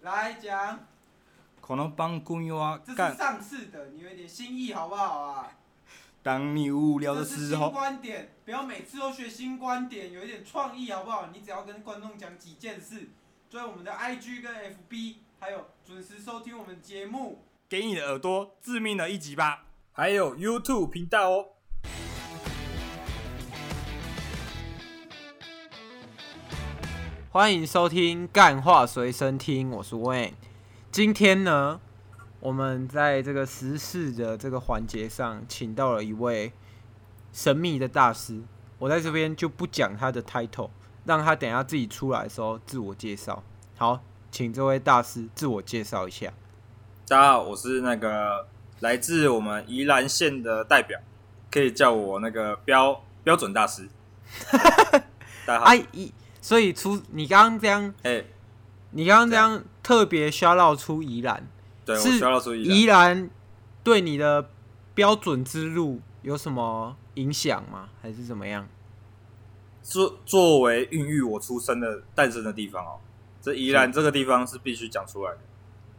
来讲，可能帮公友啊这是干。上次的，你有一点新意好不好啊？当你无聊的这是时新候，观点，不要每次都学新观点，有一点创意好不好？你只要跟观众讲几件事，追我们的 IG 跟 FB，还有准时收听我们节目。给你的耳朵致命的一击吧。还有 YouTube 频道哦。欢迎收听《干话随身听》，我是 Wayne。今天呢，我们在这个时事的这个环节上，请到了一位神秘的大师。我在这边就不讲他的 title，让他等一下自己出来的时候自我介绍。好，请这位大师自我介绍一下。大家好，我是那个来自我们宜兰县的代表，可以叫我那个标标准大 师。大家好，哎、哎，一所以出你刚刚这样，你刚刚这样特别 shout out 出宜兰，对我是需要注意宜一下。兰对你的标准之路有什么影响吗？还是怎么样？作作为孕育我出生的诞生的地方哦，这宜兰这个地方是必须讲出来的。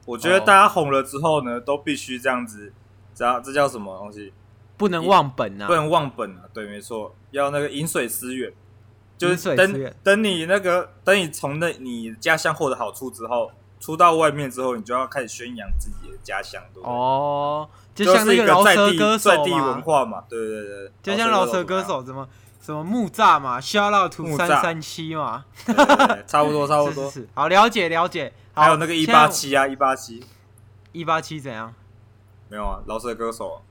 我觉得哦大家红了之后呢，都必须这样子，这样这叫什么东西？不能忘本啊不！能忘本啊，对，没错，要那个饮水思源，就饮是水思等源等你那个等你从那你家乡获得好处之后，出到外面之后，你就要开始宣扬自己的家乡，对不对？哦，就就像是那一饶在舌地歌在手地文嘛，化嘛，对对对，就像饶舌歌手什么什么木栅嘛，shout out to 木栅三三七嘛，怎么样，对对对差不多差不是多。是是，好了解了解。好还有那个一八七啊，一八七一八七怎样？没有啊，饶舌歌手，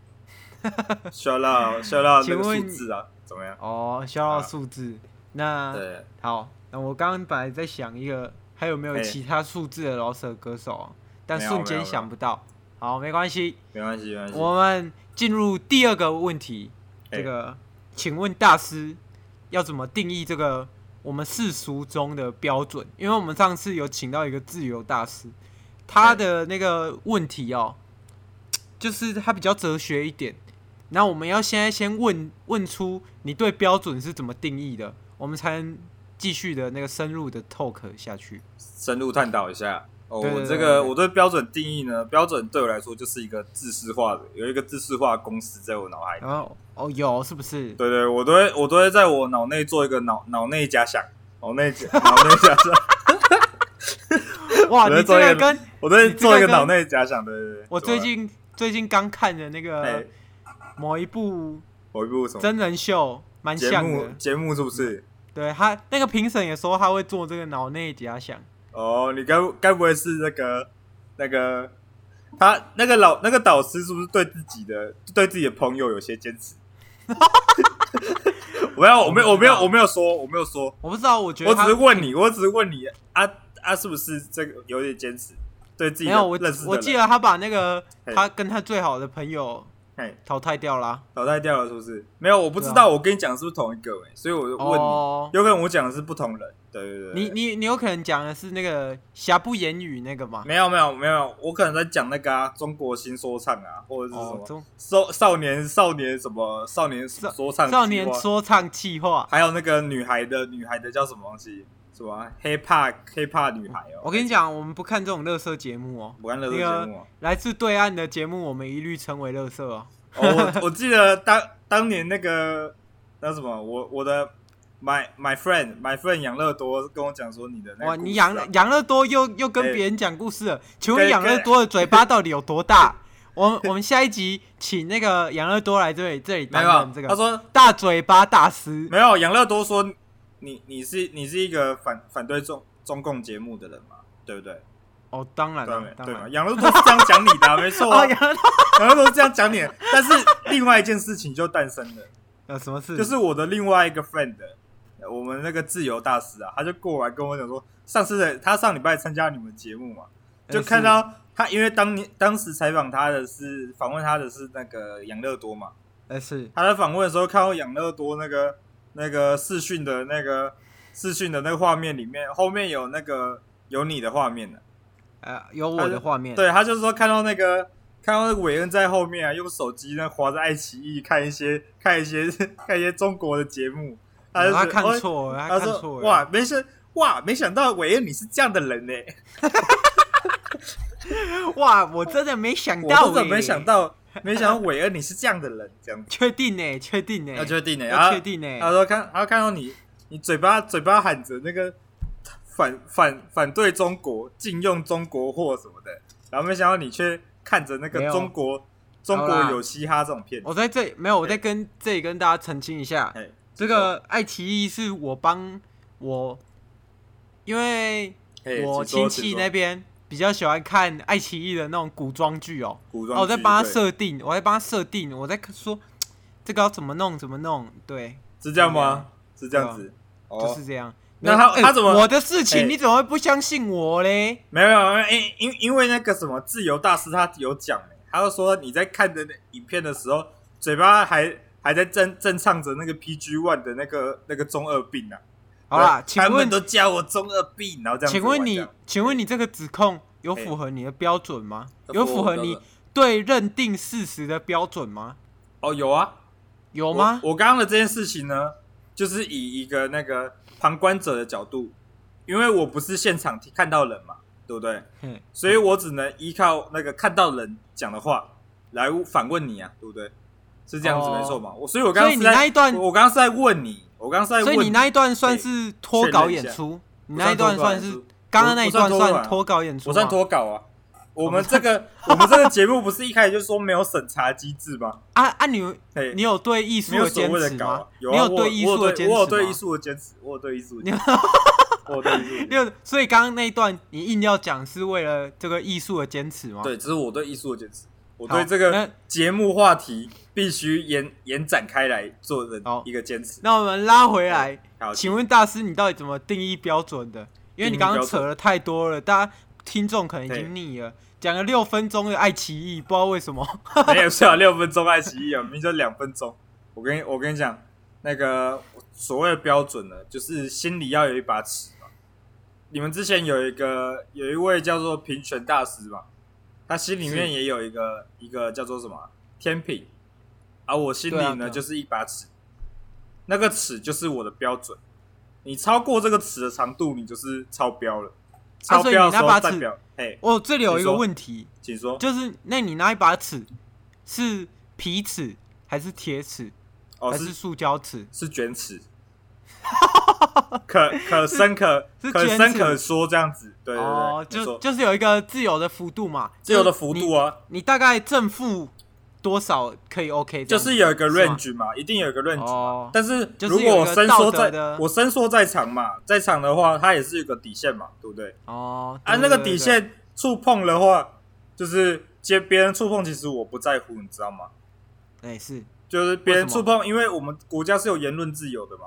笑到笑到那请个数问字啊，怎么样？哦，shout 啊 out 数字。那对，好，那我刚刚本来在想一个，还有没有哎其他数字的饶舌歌手啊，但没有没瞬有间没有想不到。好，没关系，没关系没关系。我们进入第二个问题，哎这个，请问大师要怎么定义这个我们世俗中的标准？因为我们上次有请到一个自由大师，他的那个问题哦，就是他比较哲学一点。那我们要现在先问问出你对标准是怎么定义的，我们才能继续的那个深入的 talk 下去。深入探讨一下。哦，对对我这对对个对我对标准定义呢，标准对我来说就是一个自式化的，有一个自式化的公式在我脑海里。然后哦，有是不是？对对，我都会我都会在我脑内做一个脑脑内假想，脑内假脑内假想， 哇，我在你做这一个个跟我都会你这个做一个跟脑内假想。对对对，我怎么最了近最近刚看的那哎个，某一部我一部什么真人秀蛮节像目的。节目是不是？对他那个评审也说他会做这个脑内假想，哦，你该该不会是那个那个他那个老那个导师是不是对自己的对自己的朋友有些坚 持？我没有，我没有，我没有，我没有说，我没有说，我不知道，我觉得我只他是问你，我只是问你啊啊，是不是这个有点坚持？对自己没的有我认识的人我记得他把那个嘿他跟他最好的朋友嘿淘汰掉啦。淘汰掉了，是不是？没有，我不知对啊道，我跟你讲是不是同一个、欸，所以我就问你，哦，有可能我讲的是不同人，对对对对你你你有可能讲的是那个瑕不掩瑜那个嘛？没有没有没有，我可能在讲那个啊，中国新说唱啊，或者是什哦，么中少、少年少年什么少年少说唱少计年划，说唱气话。还有那个女孩的女孩的叫什么东西？什么啊黑怕黑怕女孩哦？我跟你，讲，我们不看这种乐色节目哦，不看乐视那个节目、哦。来自对岸的节目我们一律称为乐色哦。哦，我我记得当当年那个那什么，我我的 my my friend my friend 养乐多跟我讲说你的那个哇，故你事啊养养乐多又又跟哎别人讲故事了，请问跟养乐跟多的嘴巴到底有多大？ 我们我们下一集请那个养乐多来这里这里没担有任这他个说大嘴巴大师。没有养乐多说你你是你是一个反反对中中共节目的人嘛，对不对？哦，当然对了吗，当对嘛，然。养乐多是这样讲你的啊、没错啊、 哦，养乐多养乐多是这样讲你的，但是另外一件事情就诞生了。有什么事？就是我的另外一个 friend，我们那个自由大师啊，他就过来跟我讲说，上次的他上礼拜参加你们节目嘛，嗯就看到他，因为当年当时采访他的是访问他的是那个养乐多嘛，呃是他在访问的时候看到养乐多那个那个视讯的那个视讯的那个画面里面，后面有那个有你的画面的、啊呃有他我是的画面。对，他就说看到那个看到那个韦恩在后面啊，用手机呢划着爱奇艺看一些看一些看一些中国的节目，他就哦，觉得、他看哦错了，他看说错了。哇，没想哇，没想到韦恩你是这样的人呢、哇，我真的没想我到、欸，都怎么没想，到？没想到韦恩你是这样的人，这样子确定呢、确定呢、要确定呢、欸，要确定呢、他说看，他看到你，你嘴巴嘴巴喊着那个反反反对中国禁用中国货什么的，然后没想到你却看着那没个有中国中国好啦有嘻哈这种片，我在这里没有，我在跟这里跟大家澄清一下，哎，这个爱奇艺是我帮我，因为嘿我哎请说亲戚请说那边比较喜欢看爱奇艺的那种古装剧哦，古然装剧，后我在帮他对，设定，我在帮他设定，我在说这个要怎么弄怎么弄，对，啊是这样吗？是这样子，就哦，是这样。那他哎他怎么我的事哎情你怎么会不相信我嘞？没有没有，没有因因因为那个什么自由大师他有讲、欸，他就说你在看的影片的时候，嘴巴还还在正正唱着那个 PG One 的那个那个中二病啊。好啦，对请他们问都叫我中二病，然后这样子请玩。问这你样，请问你这个指控有哎符合你的标准吗？有有符合符我合的你对认定事实的标准吗？哦，有啊，有我吗？我刚刚的这件事情呢，就是以一个那个旁观者的角度，因为我不是现场听看到人嘛，对不对？嘿所以我只能依靠那个看到人讲的话来反问你啊，对不对？是这样子哦没错嘛？我所以，我刚刚所以是你在那一段我我刚刚是在问你，我刚刚是在问所以你那一段算对是脱稿演出，你那一段啊算是刚刚那一段我算脱稿算啊脱稿演出吗，我算脱稿啊。我们这 个我们这个节目不是一开始就说没有审查机制吗？啊啊！你有嘿你有对艺术没有的所坚谓持的搞、吗啊？，有你啊，我对艺术的坚持吗？我有对艺术的坚持，我有对艺术的 坚持，我有对艺术的坚你持。有，所以刚刚那一段你硬要讲是为了这个艺术的坚持吗？对，这是我对艺术的坚持。我好对这那个节目话题必须延延展开来做的好一个坚持。那我们拉回来，好，请问大师，你到底怎么定义标准的？因为你刚刚扯了太多了，大家听众可能已经腻了，讲了六分钟的爱奇艺，不知道为什么。 没有，是有六分钟爱奇艺啊，明明就两分钟。我跟你我跟你讲，那个所谓的标准呢，就是心里要有一把尺嘛。你们之前有一个有一位叫做平权大师嘛，他心里面是也有一个一个叫做什么啊天平，而、我心里对啊呢、对啊就是一把尺，那个尺就是我的标准。你超过这个尺的长度，你就是超标了。超啊所以你标的时那把候尺代表，哎、我哦这里有一你个说问题，请说，就是那你拿一把尺是皮尺还是铁尺、哦还是是塑胶尺？是卷 尺，可可深可是可卷深尺可说这样子，对对对，哦，没就错就是有一个自由的幅度嘛，自由的幅度啊，啊，你大概正负多少可以 OK？就这样子是有一个是吗 range 嘛，一定有一个 range。哦，但是就是如果我有一个伸道缩德在的我伸缩在长嘛，在长的话，它也是有个底线嘛，对不对？哦，啊，对那个对底对线触碰的话，就是接别人触碰，其实我不在乎，你知道吗？哎、是就是别人为什么触碰，因为我们国家是有言论自由 的嘛。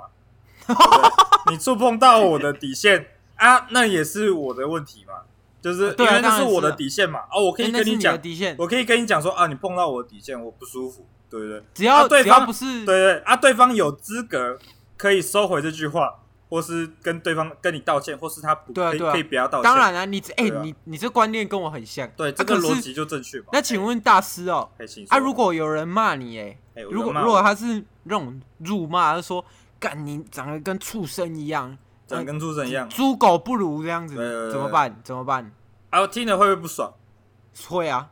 对不对你触碰到我的底线啊，那也是我的问题嘛，就是因对啊为那当是然我的是啊底线嘛。啊，我可哎以那跟是你的讲，底线，我可以跟你讲说啊，你碰到我的底线，我不舒服，对不对？只要、啊对只要方不对是对啊，对方有资格可以收回这句话，或是跟对方跟你道歉，或是他不对啊可以对啊可以不要道歉。当，然啊，你这哎、对啊你你这观念跟我很像。对啊这个可是逻辑就正确嘛。那请问大师哦，哎，哎请说啊，如果有人骂你、哎哎，有如果人骂如果我他是那种辱骂，他说干你长得跟畜生一样，长得跟畜生一样猪狗不如这样子，嗯对对对怎么办？怎么办？啊，听了会不会不爽会啊，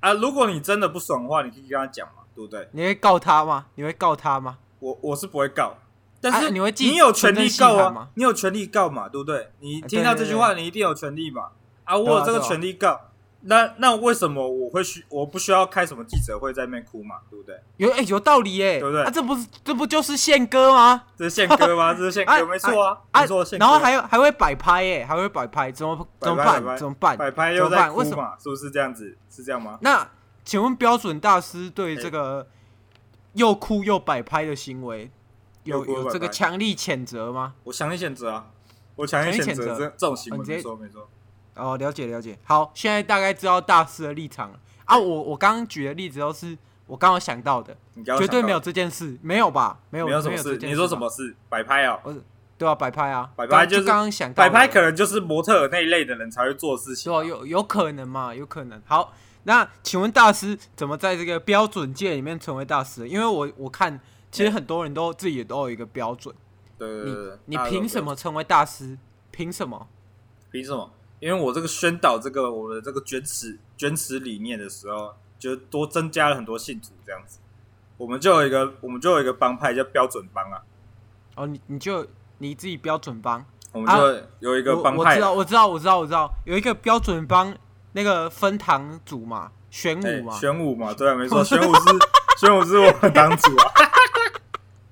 啊？如果你真的不爽的话，你可以跟他讲嘛，对不对？你会告他吗？你会告他吗？我我是不会告，但是、啊你会寄有权利告存证信函啊吗，你有权利告嘛，对不对？你啊听对到对这句对话，你一定有权利嘛。啊，对我啊有这个对啊权利告，那那为什么我会需我不需要开什么记者会在那边哭嘛，对不对？有哎、有道理哎、对不对啊，这不是这不就是宪哥吗？这是宪哥 吗？这是宪啊哥，没错啊，啊没错，宪哥。然后还有还会摆拍哎、还会摆拍，怎么摆怎么拍办？摆拍怎么办？摆拍怎又么在办？哭为什么？嘛，是不是这样子？是这样吗？那请问标准大师对哎这个又哭又摆拍的行为又有哭又有这摆个拍强力谴责吗？我强烈谴责啊！我强烈强烈谴责谴责这这种行啊为，你直接没错没错。哦，了解了解。好，现在大概知道大师的立场了啊。我我刚刚举的例子都是我刚刚想到的，你刚刚绝想对到没有这件事，没有吧？没有没没有有什么这事，件你说吧什么？事？摆拍啊，我对啊，摆拍啊，摆拍刚就是就刚刚想到摆的拍可能就是模特儿那一类的人才会做的事情对、啊，有有可能嘛，有可能。好，那请问大师怎么在这个标准界里面成为大师？因为我我看其实很多人都自己也都有一个标准。对对对你对，你大家都凭不什要么成为大师？凭什么？凭什么？因为我这个宣导这个我的这个卷尺卷尺理念的时候，就多增加了很多信徒这样子。我们就有一个我们就有一个帮派叫标准帮啊，哦，你你就你自己标准帮，我们就有一个啊我帮我派知道，我知道，我知道，我知道，有一个标准帮那个分堂组嘛，玄哎武嘛，玄武嘛，对啊，没错，玄武是 玄武是我们党主啊。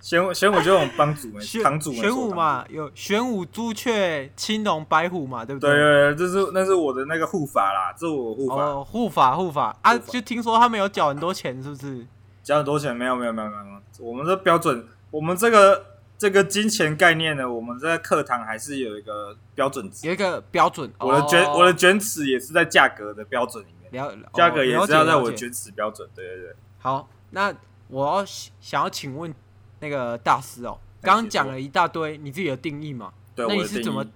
玄武哎玄武就是我们帮主没玄堂主没错玄武堂主嘛，有玄武、朱雀、青龙、白虎嘛，对不对对对，这是那是我的那个护法啦，这是我的护法，哦，护法护法啊！护法就听说他们有缴很多钱，是不是？交很多钱没有没有没有没有，没有我们这标准，我们这个这个金钱概念呢，我们在课堂还是有一个标准值，有一个标准，我的卷、哦我的卷尺也是在价格的标准里面，了价格也哦了是解要在了我的解卷尺标准，对对对，好，那我要想要请问那个大师哦，哎刚刚讲了一大堆你自己的定义嘛，对那我你的是定怎么义。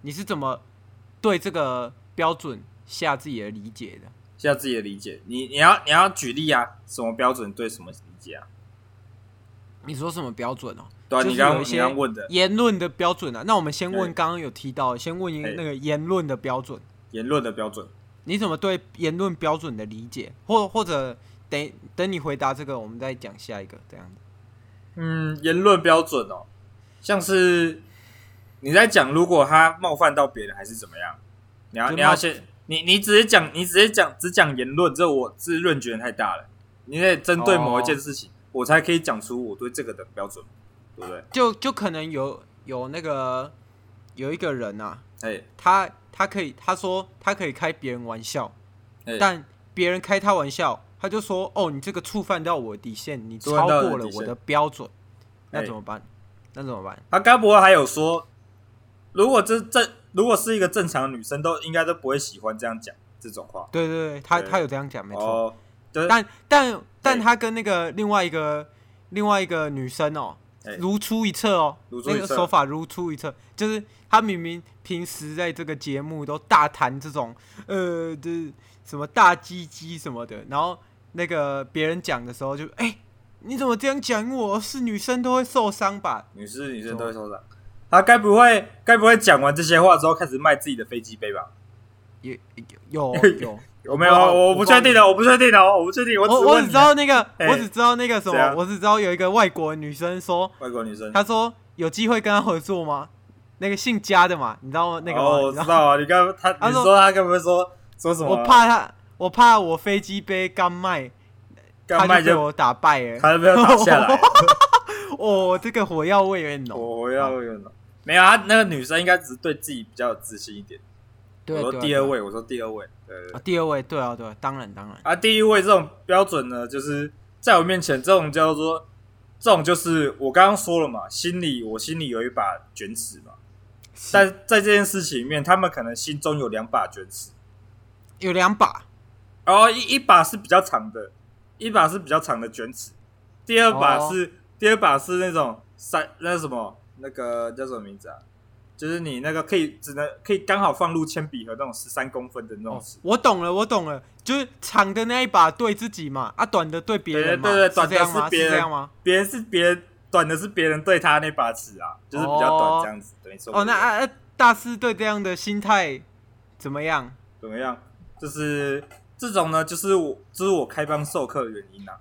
你是怎么对这个标准下自己的理解的？现在自己的理解，你你要你要举例啊，什么标准对什么理解啊？你说什么标准哦？对啊，就是你刚有刚一你些刚刚问的言论的标准啊？那我们先问对刚刚有提到的，先问一哎那个言论的标准。言论的标准，你怎么对言论标准的理解，或或者等等你回答这个，我们再讲下一个这样子。嗯，言论标准哦，像是你在讲，如果他冒犯到别人还是怎么样，你要就你要冒先，你你直接讲，你直接讲，只讲言论，这我是论觉得太大了，你得针对某一件事哦情，我才可以讲出我对这个的标准，对不对？就就可能有有那个有一个人啊，哎他他可以他说他可以开别人玩笑，哎，但别人开他玩笑，他就说哦，你这个触犯到我的底线，你触犯超到过你了的底我线的标准，那哎怎么办？那怎么办？他该不会啊还有说，如果这正如果是一个正常的女生，都应该都不会喜欢这样讲这种话，对对对，他对他有这样讲没错，哦，对，但但但对他跟那个另外一个另外一个女生哦哎，如出一辙哦，如出一那辙个手法如出一辙，就是他明明平时在这个节目都大谈这种呃这什么大鸡鸡什么的，然后那个别人讲的时候就哎、你怎么这样讲我？是女生都会受伤吧？女士女生都会受伤。他该不会该不会讲完这些话之后开始卖自己的飞机杯吧？也有有，有没有？我我不确定的，我不确定的，我不确定。 我我只我问你只知道那个，哎我只知道那个什怎么，样我只知道有一个外国女生说，外国女生。他说有机会跟他合作吗？那个姓嘉的嘛，你知道吗？那个吗哦，你我知知道道啊。你刚他他你说说他该不会说说什么？啊我怕他，我怕我飞机杯刚卖，干卖他就被就我打败了。他就被他打 下来。哦，这个火药味有点浓。我我要我要没有啊？那个女生应该只是对自己比较有自信一点。对，我对说啊第二，位，我说第二位。对对对对啊，第二位，对啊，对啊，当然当然，啊，第一位这种标准呢，就是在我面前这种叫做这种就是我刚刚说了嘛，心里我心里有一把卷尺嘛。但在这件事情里面，他们可能心中有两把卷尺，有两把，然后一一把是比较长的，一把是比较长的卷尺，第二把哦是、第二把是那种三那什么那个叫什么名字啊？就是你那个可以只能可以刚好放入铅笔盒那种十三公分的那种哦尺，，我懂了，我懂了，就是长的那一把对自己嘛，啊，短的对别人嘛，对对对短是的这样吗？是别人这样吗？别、人是别人短的是别人对他那把尺啊，就是比较哦短这样子，没错。哦，那啊啊，大师对这样的心态怎么样？怎么样？就是这种呢，就是我这、是我开班授课的原因啊。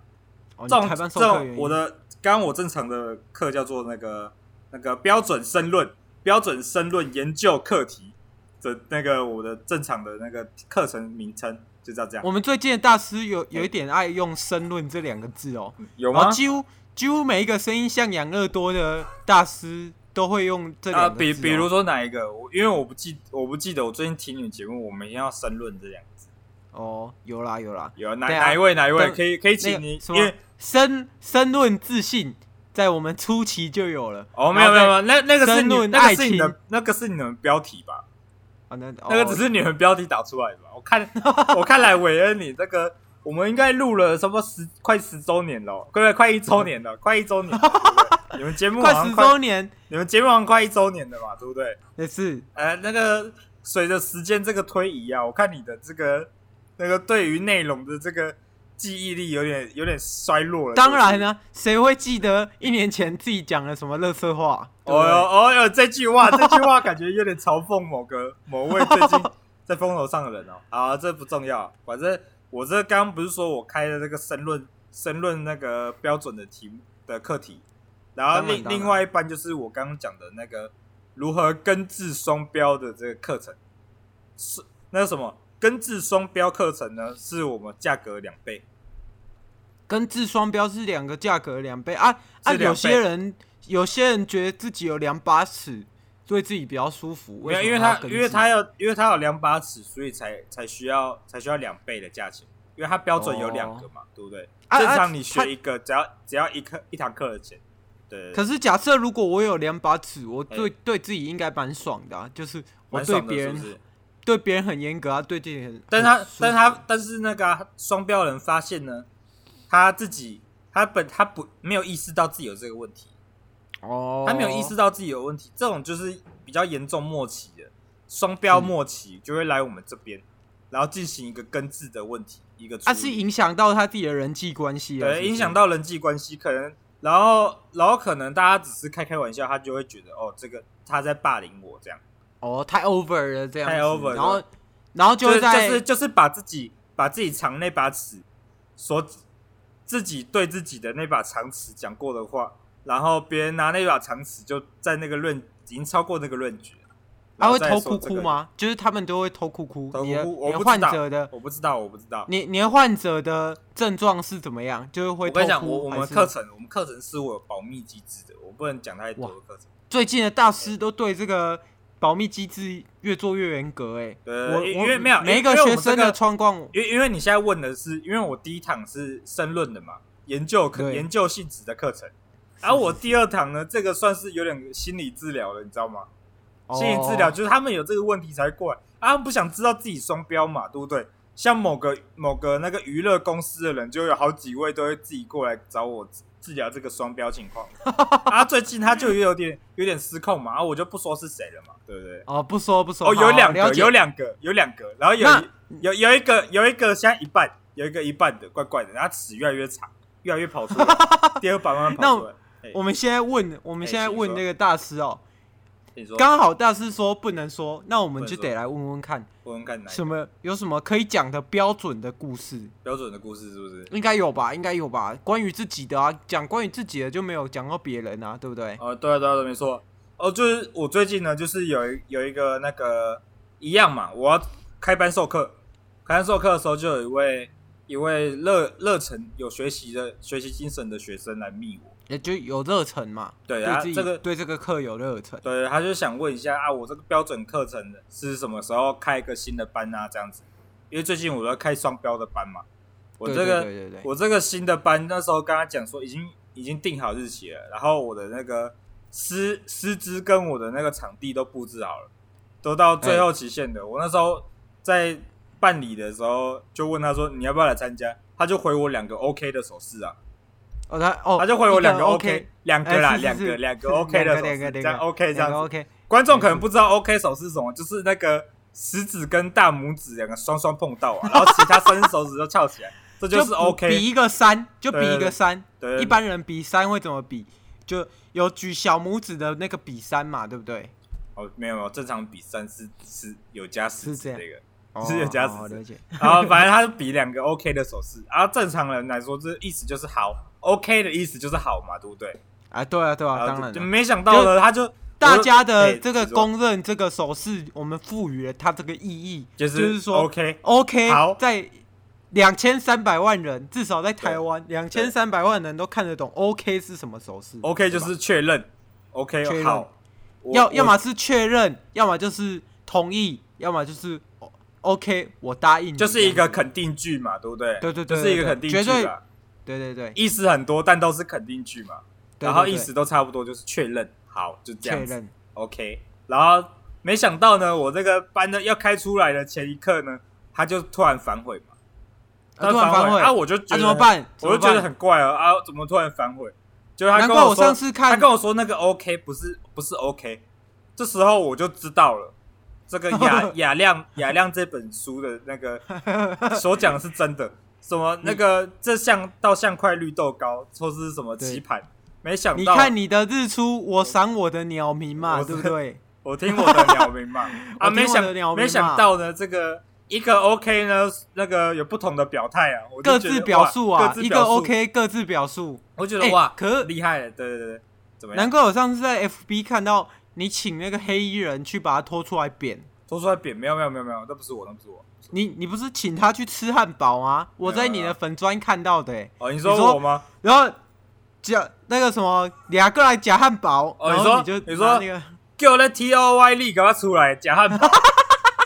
哦，你这种台湾这授课原种因我的刚刚我正常的课叫做那个那个标准申论，标准申论研究课题的那个我的正常的那个课程名称就叫这样，我们最近的大师有有一点爱用“申论”这两个字哦，有然吗后？几乎几乎每一个声音像养乐多的大师都会用这两啊，个字、哦比比如，说哪一个？我因为我不记我不记得，我最近听你们节目，我们一定要申论这两个字。哦，有啦有啦，有哪对啊哪一位哪一位但可以可以那请你个什，因么为申申论自信，在我们初期就有了。哦没有没有没有，那那个是申你论那爱个是你情的那个是你们标题吧？啊，那那个只是你们标题打出来的吧？我看，我看来韦恩，你这个我们应该录了什么十快十周年了哦，快快快一周年了，快一周年了，对不 对你们节目哦好啊快像十快周年，你们节目好像快一周年了嘛，对不对？也是呃，那个随着时间这个推移啊，我看你的这个那个对于内容的这个记忆力有点有点衰弱了。当然了，呢、谁会记得一年前自己讲了什么乐色话？对不哦对哟哦哟，这句 话这句话感觉有点嘲讽某个某位最近在风头上的人哦。啊，这不重要，反正我这刚刚不是说我开了这个申论申论那个标准的题目的课题，然后当然另当然另外一半就是我刚刚讲的那个如何根治双标的这个课程，是那个什么根治双标课程呢？是我们价格两倍。跟自双标是两个价格两倍啊啊！是两倍有些人有些人觉得自己有两把尺，对自己比较舒服。没有，因什为么要他跟因为自他有因为他有两把尺，所以才才需要才需要两倍的价钱，因为他标准有两个嘛，对不对？啊正啊常你他学一个，只要只要一课一堂课的钱，对。可是是假设如果我有两把尺，我对、哎对自己应该蛮爽的、啊，就是我蛮对爽的，别是人不是？对别人很严格啊，对自己很，但是他很舒服但是他但是那个啊双、标人发现呢，他自己他本他不没有意识到自己有这个问题，哦，他没有意识到自己有问题，这种就是比较严重末期的双标末期就会来我们这边，然后进行一个根治的问题，一个处啊，理是影响到他自己的人际关系啊，是不对，是影响到人际关系，可能，然后，然后可能大家只是开开玩笑，他就会觉得，哦，这个他在霸凌我，这样，哦，太 over 了这样子，太 over 了然后然后就会是在就是就是把自己把自己藏那把尺，所自己对自己的那把长尺讲过的话，然后别人拿那把长尺就在那个论已经超过那个论决，然他后会再偷说哭这哭个？吗？就是他们都会偷哭哭，偷哭你的哭我你的不知患道者的我不知道，我不知道。你你的患者的症状是怎么样？就是会我偷跟你讲，哭我我还们是课程我们课程是我有保密机制的，我不能讲太多哇的课程。最近的大师都对这个保密机制越做越严格、欸，对，哎，我呃因我为没有每一因个为我学们生这的个窗光，因为因为你现在问的是，因为我第一堂是申论的嘛，研究课对研究性质的课程，是而我第二堂呢，这个算是有点心理治疗了，你知道吗？哦心理治疗就是他们有这个问题才会过来，啊，他们不想知道自己双标嘛，对不对？像某个某个那个娱乐公司的人，就有好几位都会自己过来找我治治疗这个双标情 况。啊，最近他就有点有点失控嘛，啊，我就不说是谁了嘛，对不对？哦，不说不说，哦，有好两个了，解有两个，有两个，然后有那一有有一个有一个现在一半，有一个一半的怪怪的，然后齿越来越长，越来越跑出来，第二版慢慢跑出来。哎我们现在问，我们哎现在请问说那个大师哦、你说刚好大师说不能说，那我们就不能说得来问问看，我们看哪一什个么有什么可以讲的标准的故事，标准的故事是不是？应该有吧？应该有吧？关于自己的啊，讲关于自己的就没有讲到别人啊，对不对？哦，对啊，对啊，对啊没错。哦，就是我最近呢，就是有一有一个那个一样嘛，我要开班授课，开班授课的时候，就有一位一位热热忱有学习的学习精神的学生来密我。也就有热忱嘛，对对啊，自己这个对这个课有热忱。对，他就想问一下啊，我这个标准课程是什么时候开一个新的班啊？这样子，因为最近我在开双标的班嘛，我对这个对对对对，我这个新的班那时候跟他讲说已经已经定好日期了，然后我的那个师师资跟我的那个场地都布置好了，都到哎最后期限的。我那时候在办理的时候就问他说你要不要来参加，他就回我两个 OK 的手势啊。哦他哦，他就回我一两个 OK， OK，两个啦，哎是是两是个两个是 OK 的手两个势，两个这样 OK 这样两个子。 OK，观众可能不知道 OK 手是什么，就是那个食指跟大拇指两个双双碰到啊，然后其他三只手指都翘起来， 这就是比 OK。比一个三，就比对一对个对三。对，一般人比三会怎么比？就有举小拇指的那个比三嘛，对不对？哦没有没有，正常比三是是有加食是这指样这个。哦是有加哦十字了解。然后反正他是比两个 OK 的手势，啊，正常人来说，这意思就是好，OK 的意思就是好嘛，对不对？啊，对啊，对啊，然当后然就就了。没想到呢，他就大家的哎这个你说公认这个手势，我们赋予了它这个意义，就就是说 OK， ，OK，好在两千三百万人，至少在台湾，两千三百万人都看得懂 OK 是什么手势。 OK 就对吧是确认，OK 确认好，我要我要么是确认，要么就是同意，要么就是 O- OK，我答应你。就是一个这样子，肯定句嘛，对不对？对对对就是一个肯定句对对绝嘛，对对对，意思很多，但都是肯定句嘛，对然后对意对思都差不多，就是确认，好，就这确样子认。 ，OK。然后没想到呢，我这个班呢要开出来的前一刻呢，他就突然反悔嘛，啊突然反悔啊，我就觉啊，得怎么？办？我就怎么觉办得很怪啊，啊，怎么突然反悔？就他难跟怪我说上次看他跟我说那个 OK 不是不是 OK，这时候我就知道了， 这个雅雅亮雅亮这本书的那个所讲的是真的，什么那个这像到像块绿豆糕，或是什么对棋盘，没想到你看你的日出，我赏我的鸟鸣嘛，我对不对？我听我的鸟 鸣嘛，啊，我听没我想的鸟鸣嘛没想到呢，这个一个 OK 呢，那个有不同的表态啊，我就各觉自得表哇述啊，各自一表个述 OK，各自表述。我觉哎得哇，可是厉害了，对对对对，怎么样难？怪我上次在 FB 看到你请那个黑衣人去把他拖出来扁。说出来扁，没有没有没有没有，那不是我，那不是我。你你不是请他去吃汉堡吗？我在你的粉砖看到的、欸，哦，你你说说我吗？然后夹那个什么俩个来夹汉堡，哦然你后说你就你说拿那个，给我的 T O Y 力，赶快出来，假汉 堡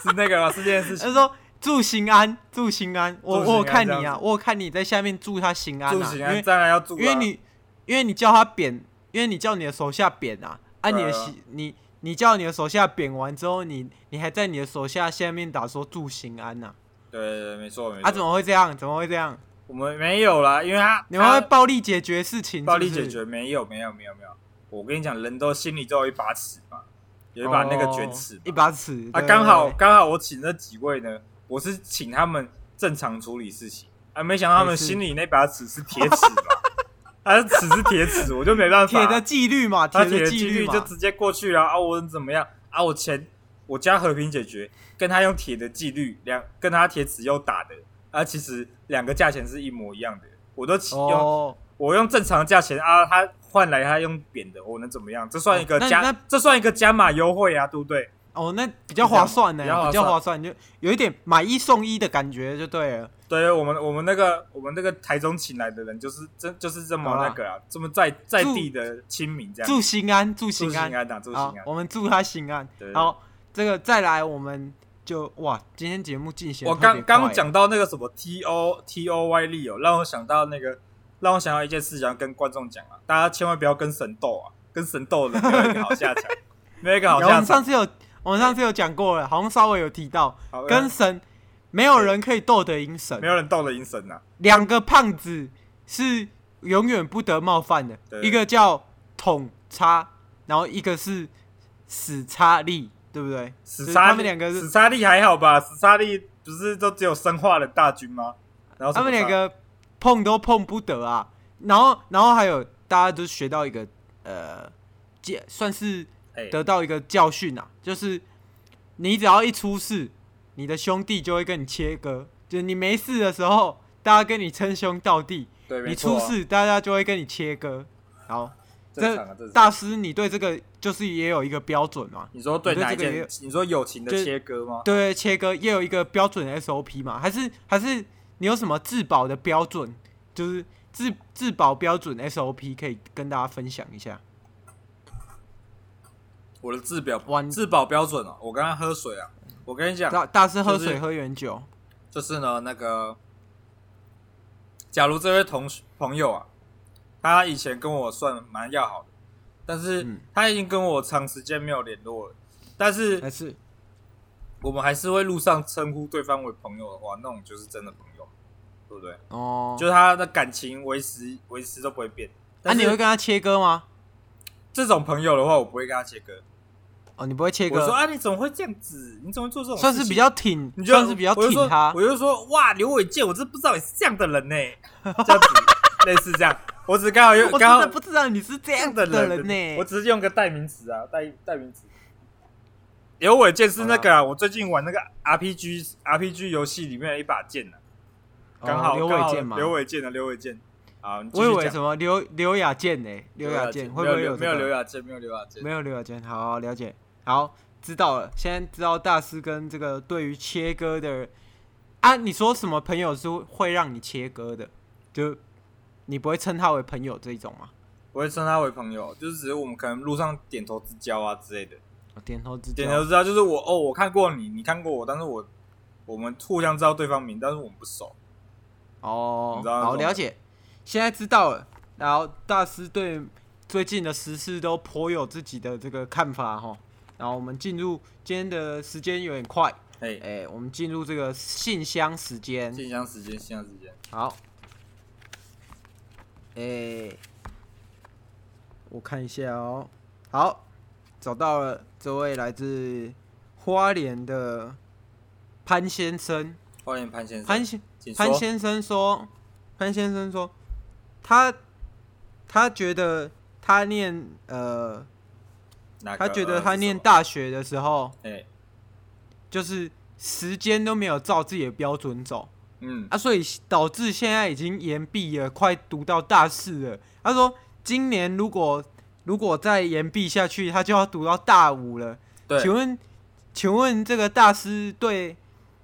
是那个吗？是这件事情他。说祝心安，祝心安，我祝心安我有看这你样啊，子我有看你在下面祝他心安住啊，行因啊，为当然要住、啊，因为你因为你叫他扁，因为你叫你的手下扁啊，按你的对啊喜你你叫你的手下扁完之后，你你还在你的手下下面打说祝心安呐、对对对，没错没啊，错。啊怎么会这样？怎么会这样？我们没有啦，因为他你们会他暴力解决事情是不暴是，力解决没有没有没有没有，我跟你讲，人都心里都有一把尺嘛，有一把那个卷尺哦嘛、一把尺啊，刚好刚好我请那几位呢，我是请他们正常处理事情啊，没想到他们没事心里那把尺是铁尺嘛， 啊尺是铁尺，我就没办法、铁的纪律嘛，他的的纪纪律嘛就，直接过去了啊！我怎么样啊？我钱我加和平解决，跟他用铁的纪律两跟他铁尺又打的啊，其实两个价钱是一模一样的，我都起用、哦，我用正常价钱啊，他换来他用扁的，我能怎么样？这算一个哦那加、那这算一个加码优惠啊，对不对？哦，那比较划算呢、比较划比较划算，就有一点买一送一的感觉就对了。对我们我们那个我们那个台中请来的人就是真就是这么好啦那个啊，这么在在祝地的亲民这样。祝心安，祝祝心安，啊安啊，祝好心安，！我们祝他心安对。对好，这个再来，我们就哇，今天节目进行得我特别刚刚快讲到那个什么 T O T O Y 力哦，让我想到那个，让我想到一件事情要跟观众讲啊，大家千万不要跟神斗啊，跟神斗的人没有一个好下场，没有一个好有我下们上场。次有我们上次有讲过了，好像稍微有提到好跟神，没有人可以斗得赢神啊没。有人斗得赢神呐、啊，两个胖子是永远不得冒犯的，对一个叫统差，然后一个是史差利，对不对？史就是沙他利们两个史是，沙利还好吧？史沙利不是都只有生化的大军吗？然后什他哦么们两个碰都碰不得啊。然后，然后还有大家都学到一个呃，解算是哎得到一个教训啊，就是你只要一出事，你的兄弟就会跟你切割，就是你没事的时候，大家跟你称兄道弟，对，没你错出啊，事，大家就会跟你切割。好，正常啊，正常。大师，你对这个就是也有一个标准嘛？你说对你对哪一这个也件有？你说友情的就是切割吗？对，切割也有一个标准的 SOP 嘛？还是还是你有什么自保的标准？就是自自保标准 SOP 可以跟大家分享一下。我的自表完自保标准哦，我刚刚喝水啊，我跟你讲，大大师喝就是水喝原酒，就是呢，那个，假如这位同学朋友啊，他以前跟我算蛮要好的，但是嗯他已经跟我长时间没有联络了，但还是是我们还是会路上称呼对方为朋友的话，那种就是真的朋友，对不对？哦？就是他的感情维持维持都不会变。那、但你会是跟他切割吗？这种朋友的话，我不会跟他切割。哦，你不会切我说割，啊，你怎么会这样子？你怎么会做这种事情？算是比较挺，你就算是比较我就说挺他我。就说哇，刘伟健，我真不知道你是这样的人呢、这样子类似这样，我只刚好用我刚真好的不知道你是这这样样子的的人人呢、我只是用个代名词啊，代代名词。刘伟健是那个啊，我最近玩那个 RPG RPG 游戏里面的一把剑呢、啊，刚好哦刘刚伟好健嘛，刘伟健啊的刘伟健。好，你继我续以讲为什么刘刘雅健呢、刘雅健会不会没有这没个有刘雅健，没有刘雅健没，有刘雅健，好了解，好知道了。现在知道大师跟这个对于切割的啊，你说什么朋友是会让你切割的？就你不会称他为朋友这一种吗？我会称他为朋友，就是只是我们可能路上点头之交啊之类的。我哦点头之交点头之交就是我哦，我看过你，你看过我，但是我我们互相知道对方名，但是我们不熟。哦你，知道那好种了的解，现在知道了。然后大师对最近的时事都颇有自己的这个看法哈。然后我们进入今天的时间有点快，哎，哎、我们进入这个信箱时间。信箱时间，信箱时间，好，诶、我看一下哦。好，找到了这位来自花莲的潘先生。欢迎潘先生。潘先请说潘。先生说，潘先生说，他他觉得他念呃，哪个他觉得呃他是念什么大学的时候，哎就是时间都没有照自己的标准走嗯啊，所以导致现在已经延毕了，快读到大四了。他说，今年如果如果再延毕下去，他就要读到大五了。对，请问，请问这个大师对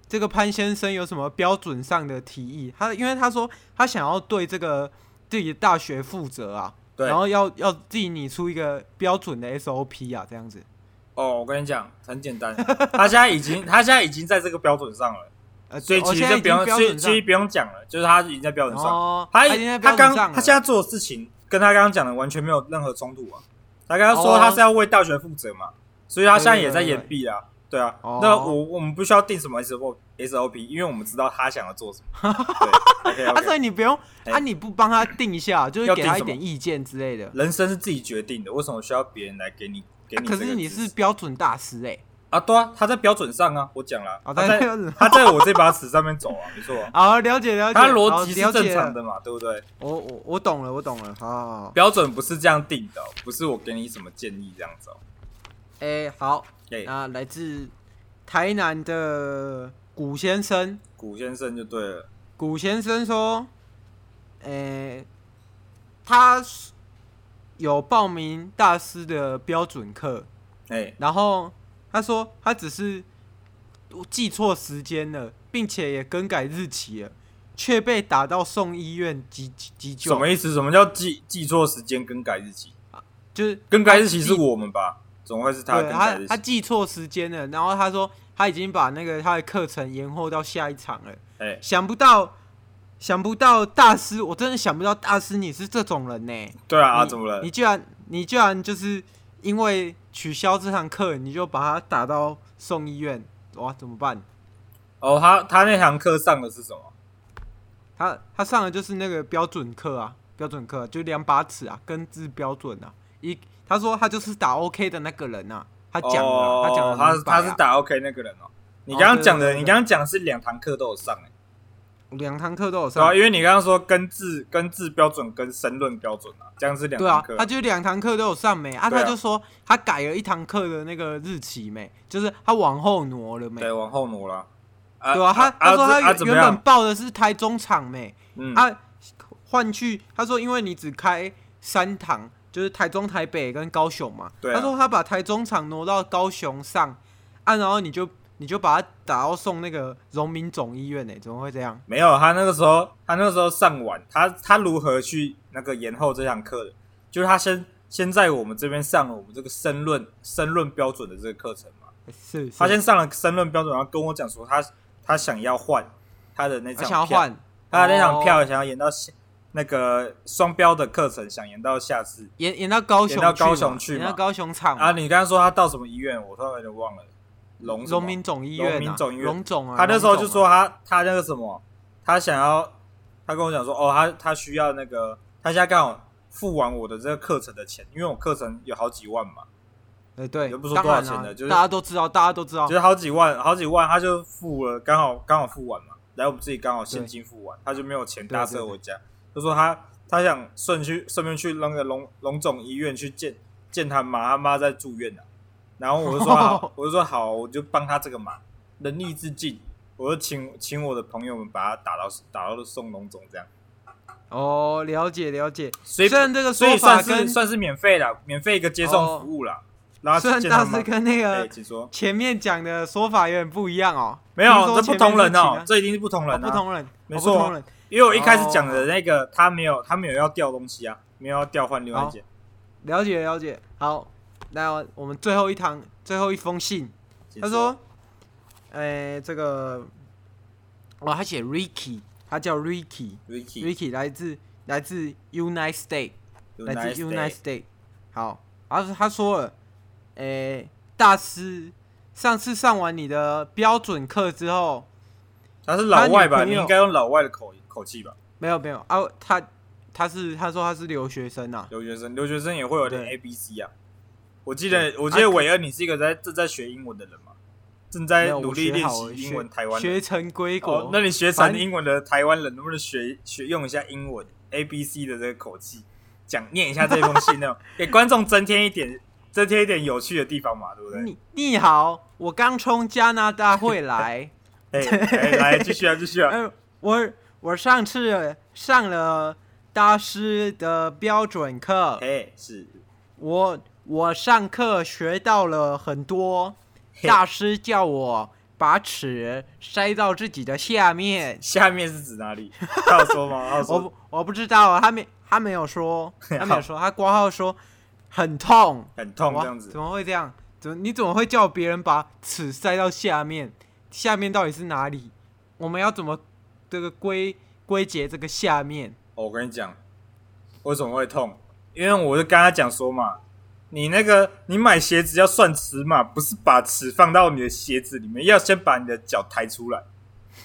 这个潘先生有什么标准上的提议？他因为他说他想要对这个自己的大学负责啊，对然后要要自己拟出一个标准的 SOP 啊，这样子。哦，我跟你讲，很简单，他现在已经他现在已经在这个标准上了，呃，所以我其现实就在已不经用，标所以准其实上，不用讲了，就是他已经在标准上了。哦，他已经在他标准刚上他了。现在做的事情跟他刚刚讲的完全没有任何冲突啊。他刚刚说哦他是要为大学负责嘛，所以他现在也在演毕啊。对啊，哦那我我们不需要定什么 S O S O P，因为我们知道他想要做什么。 对啊， ，OK 所 OK。以你不用哎啊，你不帮他定 一下，就是要给定他一什么点意见之类的。人生是自己决定的，为什么需要别人来给你给啊你这可个指示？是你是标准大师哎，啊，对啊，他在标准上啊，我讲了，啊他在在标准他在我这把尺上面走啊，没错啊， 好，了解了解，他好逻辑是了解正常了。的嘛，对不对？我我我懂了，我懂了，好好好。标准不是这样定的哦，不是我给你什么建议这样子哦。哎、好，哎，那来自台南的古先生，古先生就对了，古先生说，哎、他是有报名大师的标准课，哎，然后他说他只是记错时间了，并且也更改日期了，却被打到送医院急急急救。什么意思？什么叫记记错时间更改日期？就是更改日期他是我们吧？总会是他对更改日他期。记错时间了，然后他说他已经把那个他的课程延后到下一场了。哎，想不到，想不到大师，我真的想不到大师你是这种人呢、对啊，啊你怎么了你？居然你居然就是因为取消这堂课，你就把他打到送医院，哇，怎么办？哦，他他那堂课上的是什么？他他上的就是那个标准课啊，标准课就两把尺啊，根治标准啊。一他说他就是打 OK 的那个人啊，他讲了啊、哦他讲了、他他是打 OK 那个人哦。你刚刚讲对对的，对你刚刚讲的是两堂课都有上哎，两堂课都有对上啊，，因为你刚刚说根治根治标准跟申论标准啊，这样是两对啊堂课，。他就两堂课都有上没啊，对啊他就说他改了一堂课的那个日期没，就是他往后挪了没，对，对往后挪了。吧、他他说啊他怎原么原本样？报的是台中场没，嗯，啊换去他说因为你只开三堂，就是台中、台北跟高雄嘛，对啊他说他把台中场挪到高雄上啊，然后你就你就把他打到送那个荣民总医院呢，欸怎么会这样？没有，他那个时候，他那个时候上晚，他他如何去那个延后这堂课的？就是他先先在我们这边上了我们这个申论申论标准的这个课程嘛，是是他先上了申论标准，然后跟我讲说他他想要换他的那他场想要票，换他的那场哦票想要延到下那个双标的课程，想延到下次。延延到高雄延到高嘛雄去延到嘛高雄场嘛啊，你刚刚说他到什么医院？我突然有点忘了，龙什么荣民总医院、啊，荣民总医院荣总啊，他那时候就荣总啊说他他那个什么，他想要，他跟我讲说，哦，他他需要那个，他现在刚好付完我的这个课程的钱，因为我课程有好几万嘛，呃，对，就不说当多少然钱啊了就是大家都知道，大家都知道就，是好几万，好几万，他就付了，刚好刚好付完嘛，来我们自己刚好现金付完，他就没有钱搭车回家，就说他他想顺去顺便去那个龙龙总医院去见见他妈，他妈在住院呢、啊然后我就说哦好， 我就说好，我就帮他这个忙，仁义至尽，我就请请我的朋友们把他打到打到送龙总这样，哦，了解了解。所以虽然这个所以说算法是跟算是免费啦，免费一个接送哦服务啦，然后虽然见他大妈师，跟那哎，个请说，前面讲的说法有点不一样哦，没听有这说不前面同人是请哦啊，这一定是不同哦人不啊。同人，没哦错不同人，因为我一开始讲的那个，他没有，他没有要掉东西啊，没有要调换另外一件，哦了解了解。好，那我们最后一堂最后一封信，请他说，呃，这个，哦，他写 Ricky，他叫 Ricky，Ricky ：“Ricky，来自来自 United States。”来自 United United States。好，然后他说了，诶、大师，上次上完你的标准课之后，他是老外他吧？女朋你友应该用老外的口口气吧？没有没有啊，他他是他说他是留学生啊，留学生，留学生也会有点对 A B C 啊。我记得，我记得啊可韦恩，你是一个在正在学英文的人嘛？正没在有努我力学练好了习英文学台湾人学成归国。哦，那你学反成正英文的台湾人，能不能学学用一下英文 A B C 的这个口气，讲念一下这封信那种，给观众增添一点增添一点有趣的地方嘛，对不对？你你好，我刚从加拿大 回来。哎、哎来继续啊，继续啊，呃，我我上次上了大师的标准课哎、，是我我上课学到了很多。大师叫我把尺塞到自己的下面，下面是指哪里？ 他有说吗？他有我说不我不知道，他没他没 有说，他没有说，他挂号说很痛，很痛哇这样子怎，么会这样？怎么你怎么会叫别人把尺塞到下面？下面到底是哪里？我们要怎么这个归归结这个下面？哦我跟你讲，为什么会痛？因为我就跟他讲说嘛，你那个你买鞋子要算尺码，不是把尺放到你的鞋子里面，要先把你的脚抬出 来。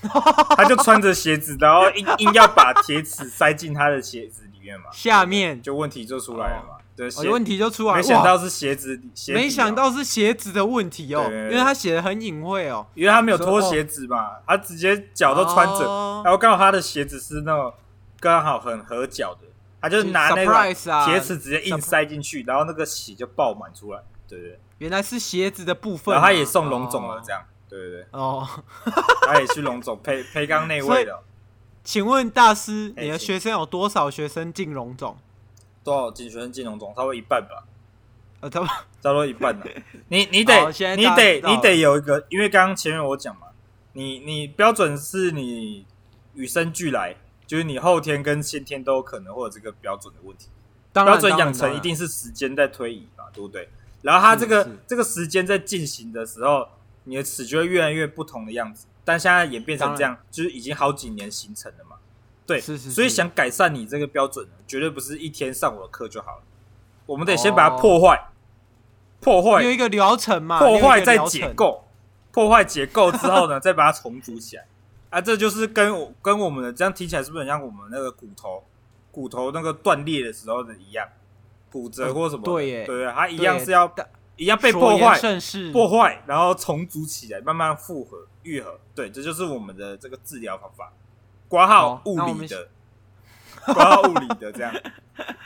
他就穿着鞋子，然后硬硬要把铁尺塞进他的鞋子里面嘛，下面，就问题就出来了嘛。对，哦、鞋问题就出来了。没想哇，到是鞋子底，鞋底啊没想，到是鞋子的问题哦，对对对因为他写的很隐晦哦。因为他没有脱说哦鞋子嘛，他直接脚都穿着，哦然后刚好他的鞋子是那种刚好很合脚的，他就拿那个 surprise 啊铁尺直接硬塞进去，然后那个血就爆满出来，对不对？原来是鞋子的部分然啊、后他也送龙种了，这样样，对不对？哦。他也去龙 种培培刚那位了，请问大师，哎你的请学生有多少学生进龙总？多少进学生进龙种，差不多一半吧，呃，他们差不多一半 了。你你得好现在你大家得知道了你得有一个，因为刚刚前面我讲嘛，你你标准是你与生俱来，就是你后天跟先天都有可能会有这个标准的问题。当然标准当然养当成然一定是时间在推移嘛，对不对？然后它这个是是这个时间在进行的时候，你的尺就会越来越不同的样子。但现在演变成这样，就是已经好几年形成了嘛。对，是是所以是想改善你这个标准，绝对不是一天上我的课就好了。我们得先哦把它破坏，破你有坏，一个疗程嘛，破啊你有一坏个再疗程解构，破坏解构之后呢， 再把它重组起来。啊，这就是跟我跟我们的这样听起来是不是很像我们那个骨头骨头那个断裂的时候的一样，骨折或什么的、哦对耶对啊，它一对样是要但一样被所破言坏，甚是破坏，然后重组起来，慢慢复合愈合。对，这就是我们的这个治疗方法，挂号好物那我理们的，挂号物理的这样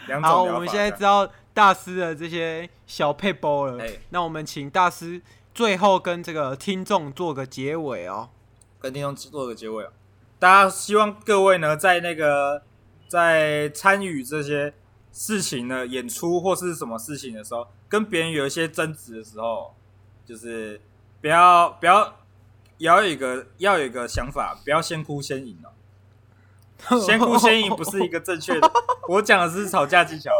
两种疗法。好，我们现在知这样道大师的这些小配包了。哎那我们请大师最后跟这个听众做个结尾哦。跟听众做个结尾哦。大家希望各位呢，在那个在参与这些事情呢，演出或是什么事情的时候，跟别人有一些争执的时候，就是不要不要，也要有一个要有一个想法，不要先哭先赢哦。先哭先赢不是一个正确的，我讲的是吵架技巧，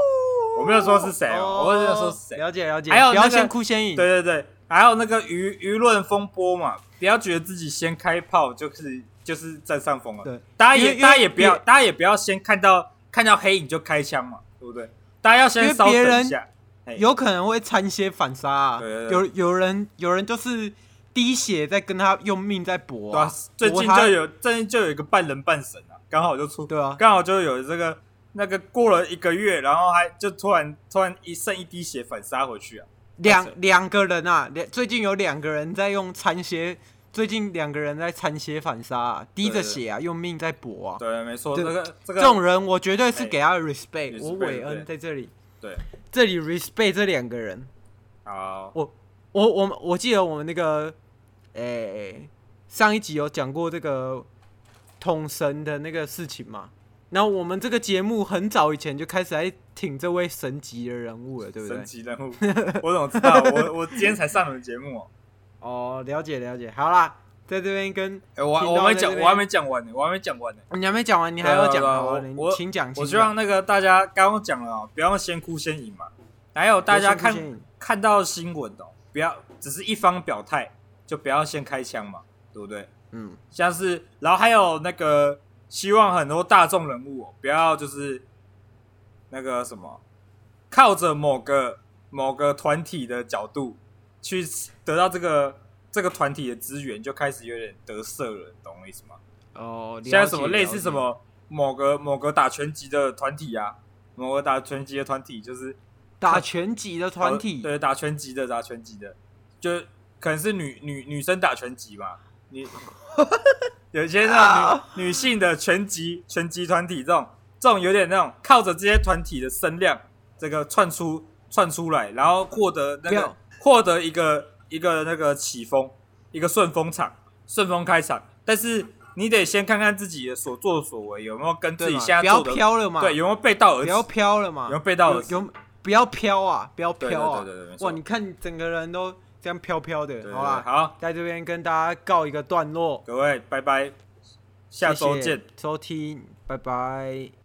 我没有说是谁 哦，我没有说是谁。了解了解，还有不要那个先哭先赢。对对对，还有那个舆舆论风波嘛，不要觉得自己先开炮就是就是占上风了。对，大家因也为大家也不要因为大家也不要先看到看到黑影就开枪嘛，对不对？大家要先稍因为别等人一下。嘿有可能会掺些反杀、啊。对对对有有人有人就是滴血在跟他用命在搏、对啊啊。，最近他就有最近就有一个半人半神啊，刚好就出，对啊刚好就有这个那个过了一个月，然后还就突然突然一剩一滴血反杀回去啊，两两个人啊，两最近有两个人在用残血，最近两个人在残血反杀、啊，滴着对对血啊，用命在搏啊。对，没错，对这个这这个种人，我绝对是给他 respect、 respect，我韦恩在这里，对，这里 respect 这两个人。好，我我们我记得我们那个，诶、上一集有讲过这个统神的那个事情嘛。然后我们这个节目很早以前就开始在挺这位神级的人物了，对不对神？奇人 物，我怎么知道？我我今天才上你的节目哦。哦，了解了解。好啦，在这边跟哎、我还听我到还没在讲，这我还边没讲完呢，我还没讲完呢。你还没讲完，你还要对讲对好我啊，你我请讲，我请希讲。望那个大家刚刚讲了哦，不要先哭先赢嘛。还有大家先哭看先赢看到新闻哦，不要只是一方表态，就不要先开枪嘛，对不对？嗯，像是，然后还有那个希望很多大众人物、哦、不要就是那个什么，靠着某个某个团体的角度去得到这个这个团体的资源，就开始有点得瑟了，懂我意思吗？哦，了现在什么解类了似解什么某个某个打拳击的团体啊，某个打拳击的团体就是呃打拳击的团体对打拳击的打拳击的，就可能是女女女生打拳击吧， 你有一些那种啊女女性的拳击拳击团体这种这种有点那种靠着这些团体的声量，这个窜出窜出来，然后获得那个不要获得一个一个那个起风，一个顺风场，顺风开场，但是。你得先看看自己的所作所为有没有跟自对己嘛现在不要做的飘了嘛，对，有没有背道而不驰？要飘了嘛，有没有背道而有驰？有不要飘啊，不要飘对啊！对对对对没错哇，你看你整个人都这样飘飘的，对好啦，好，在这边跟大家告一个段落，各位，拜拜，下周谢谢见。收听，拜拜。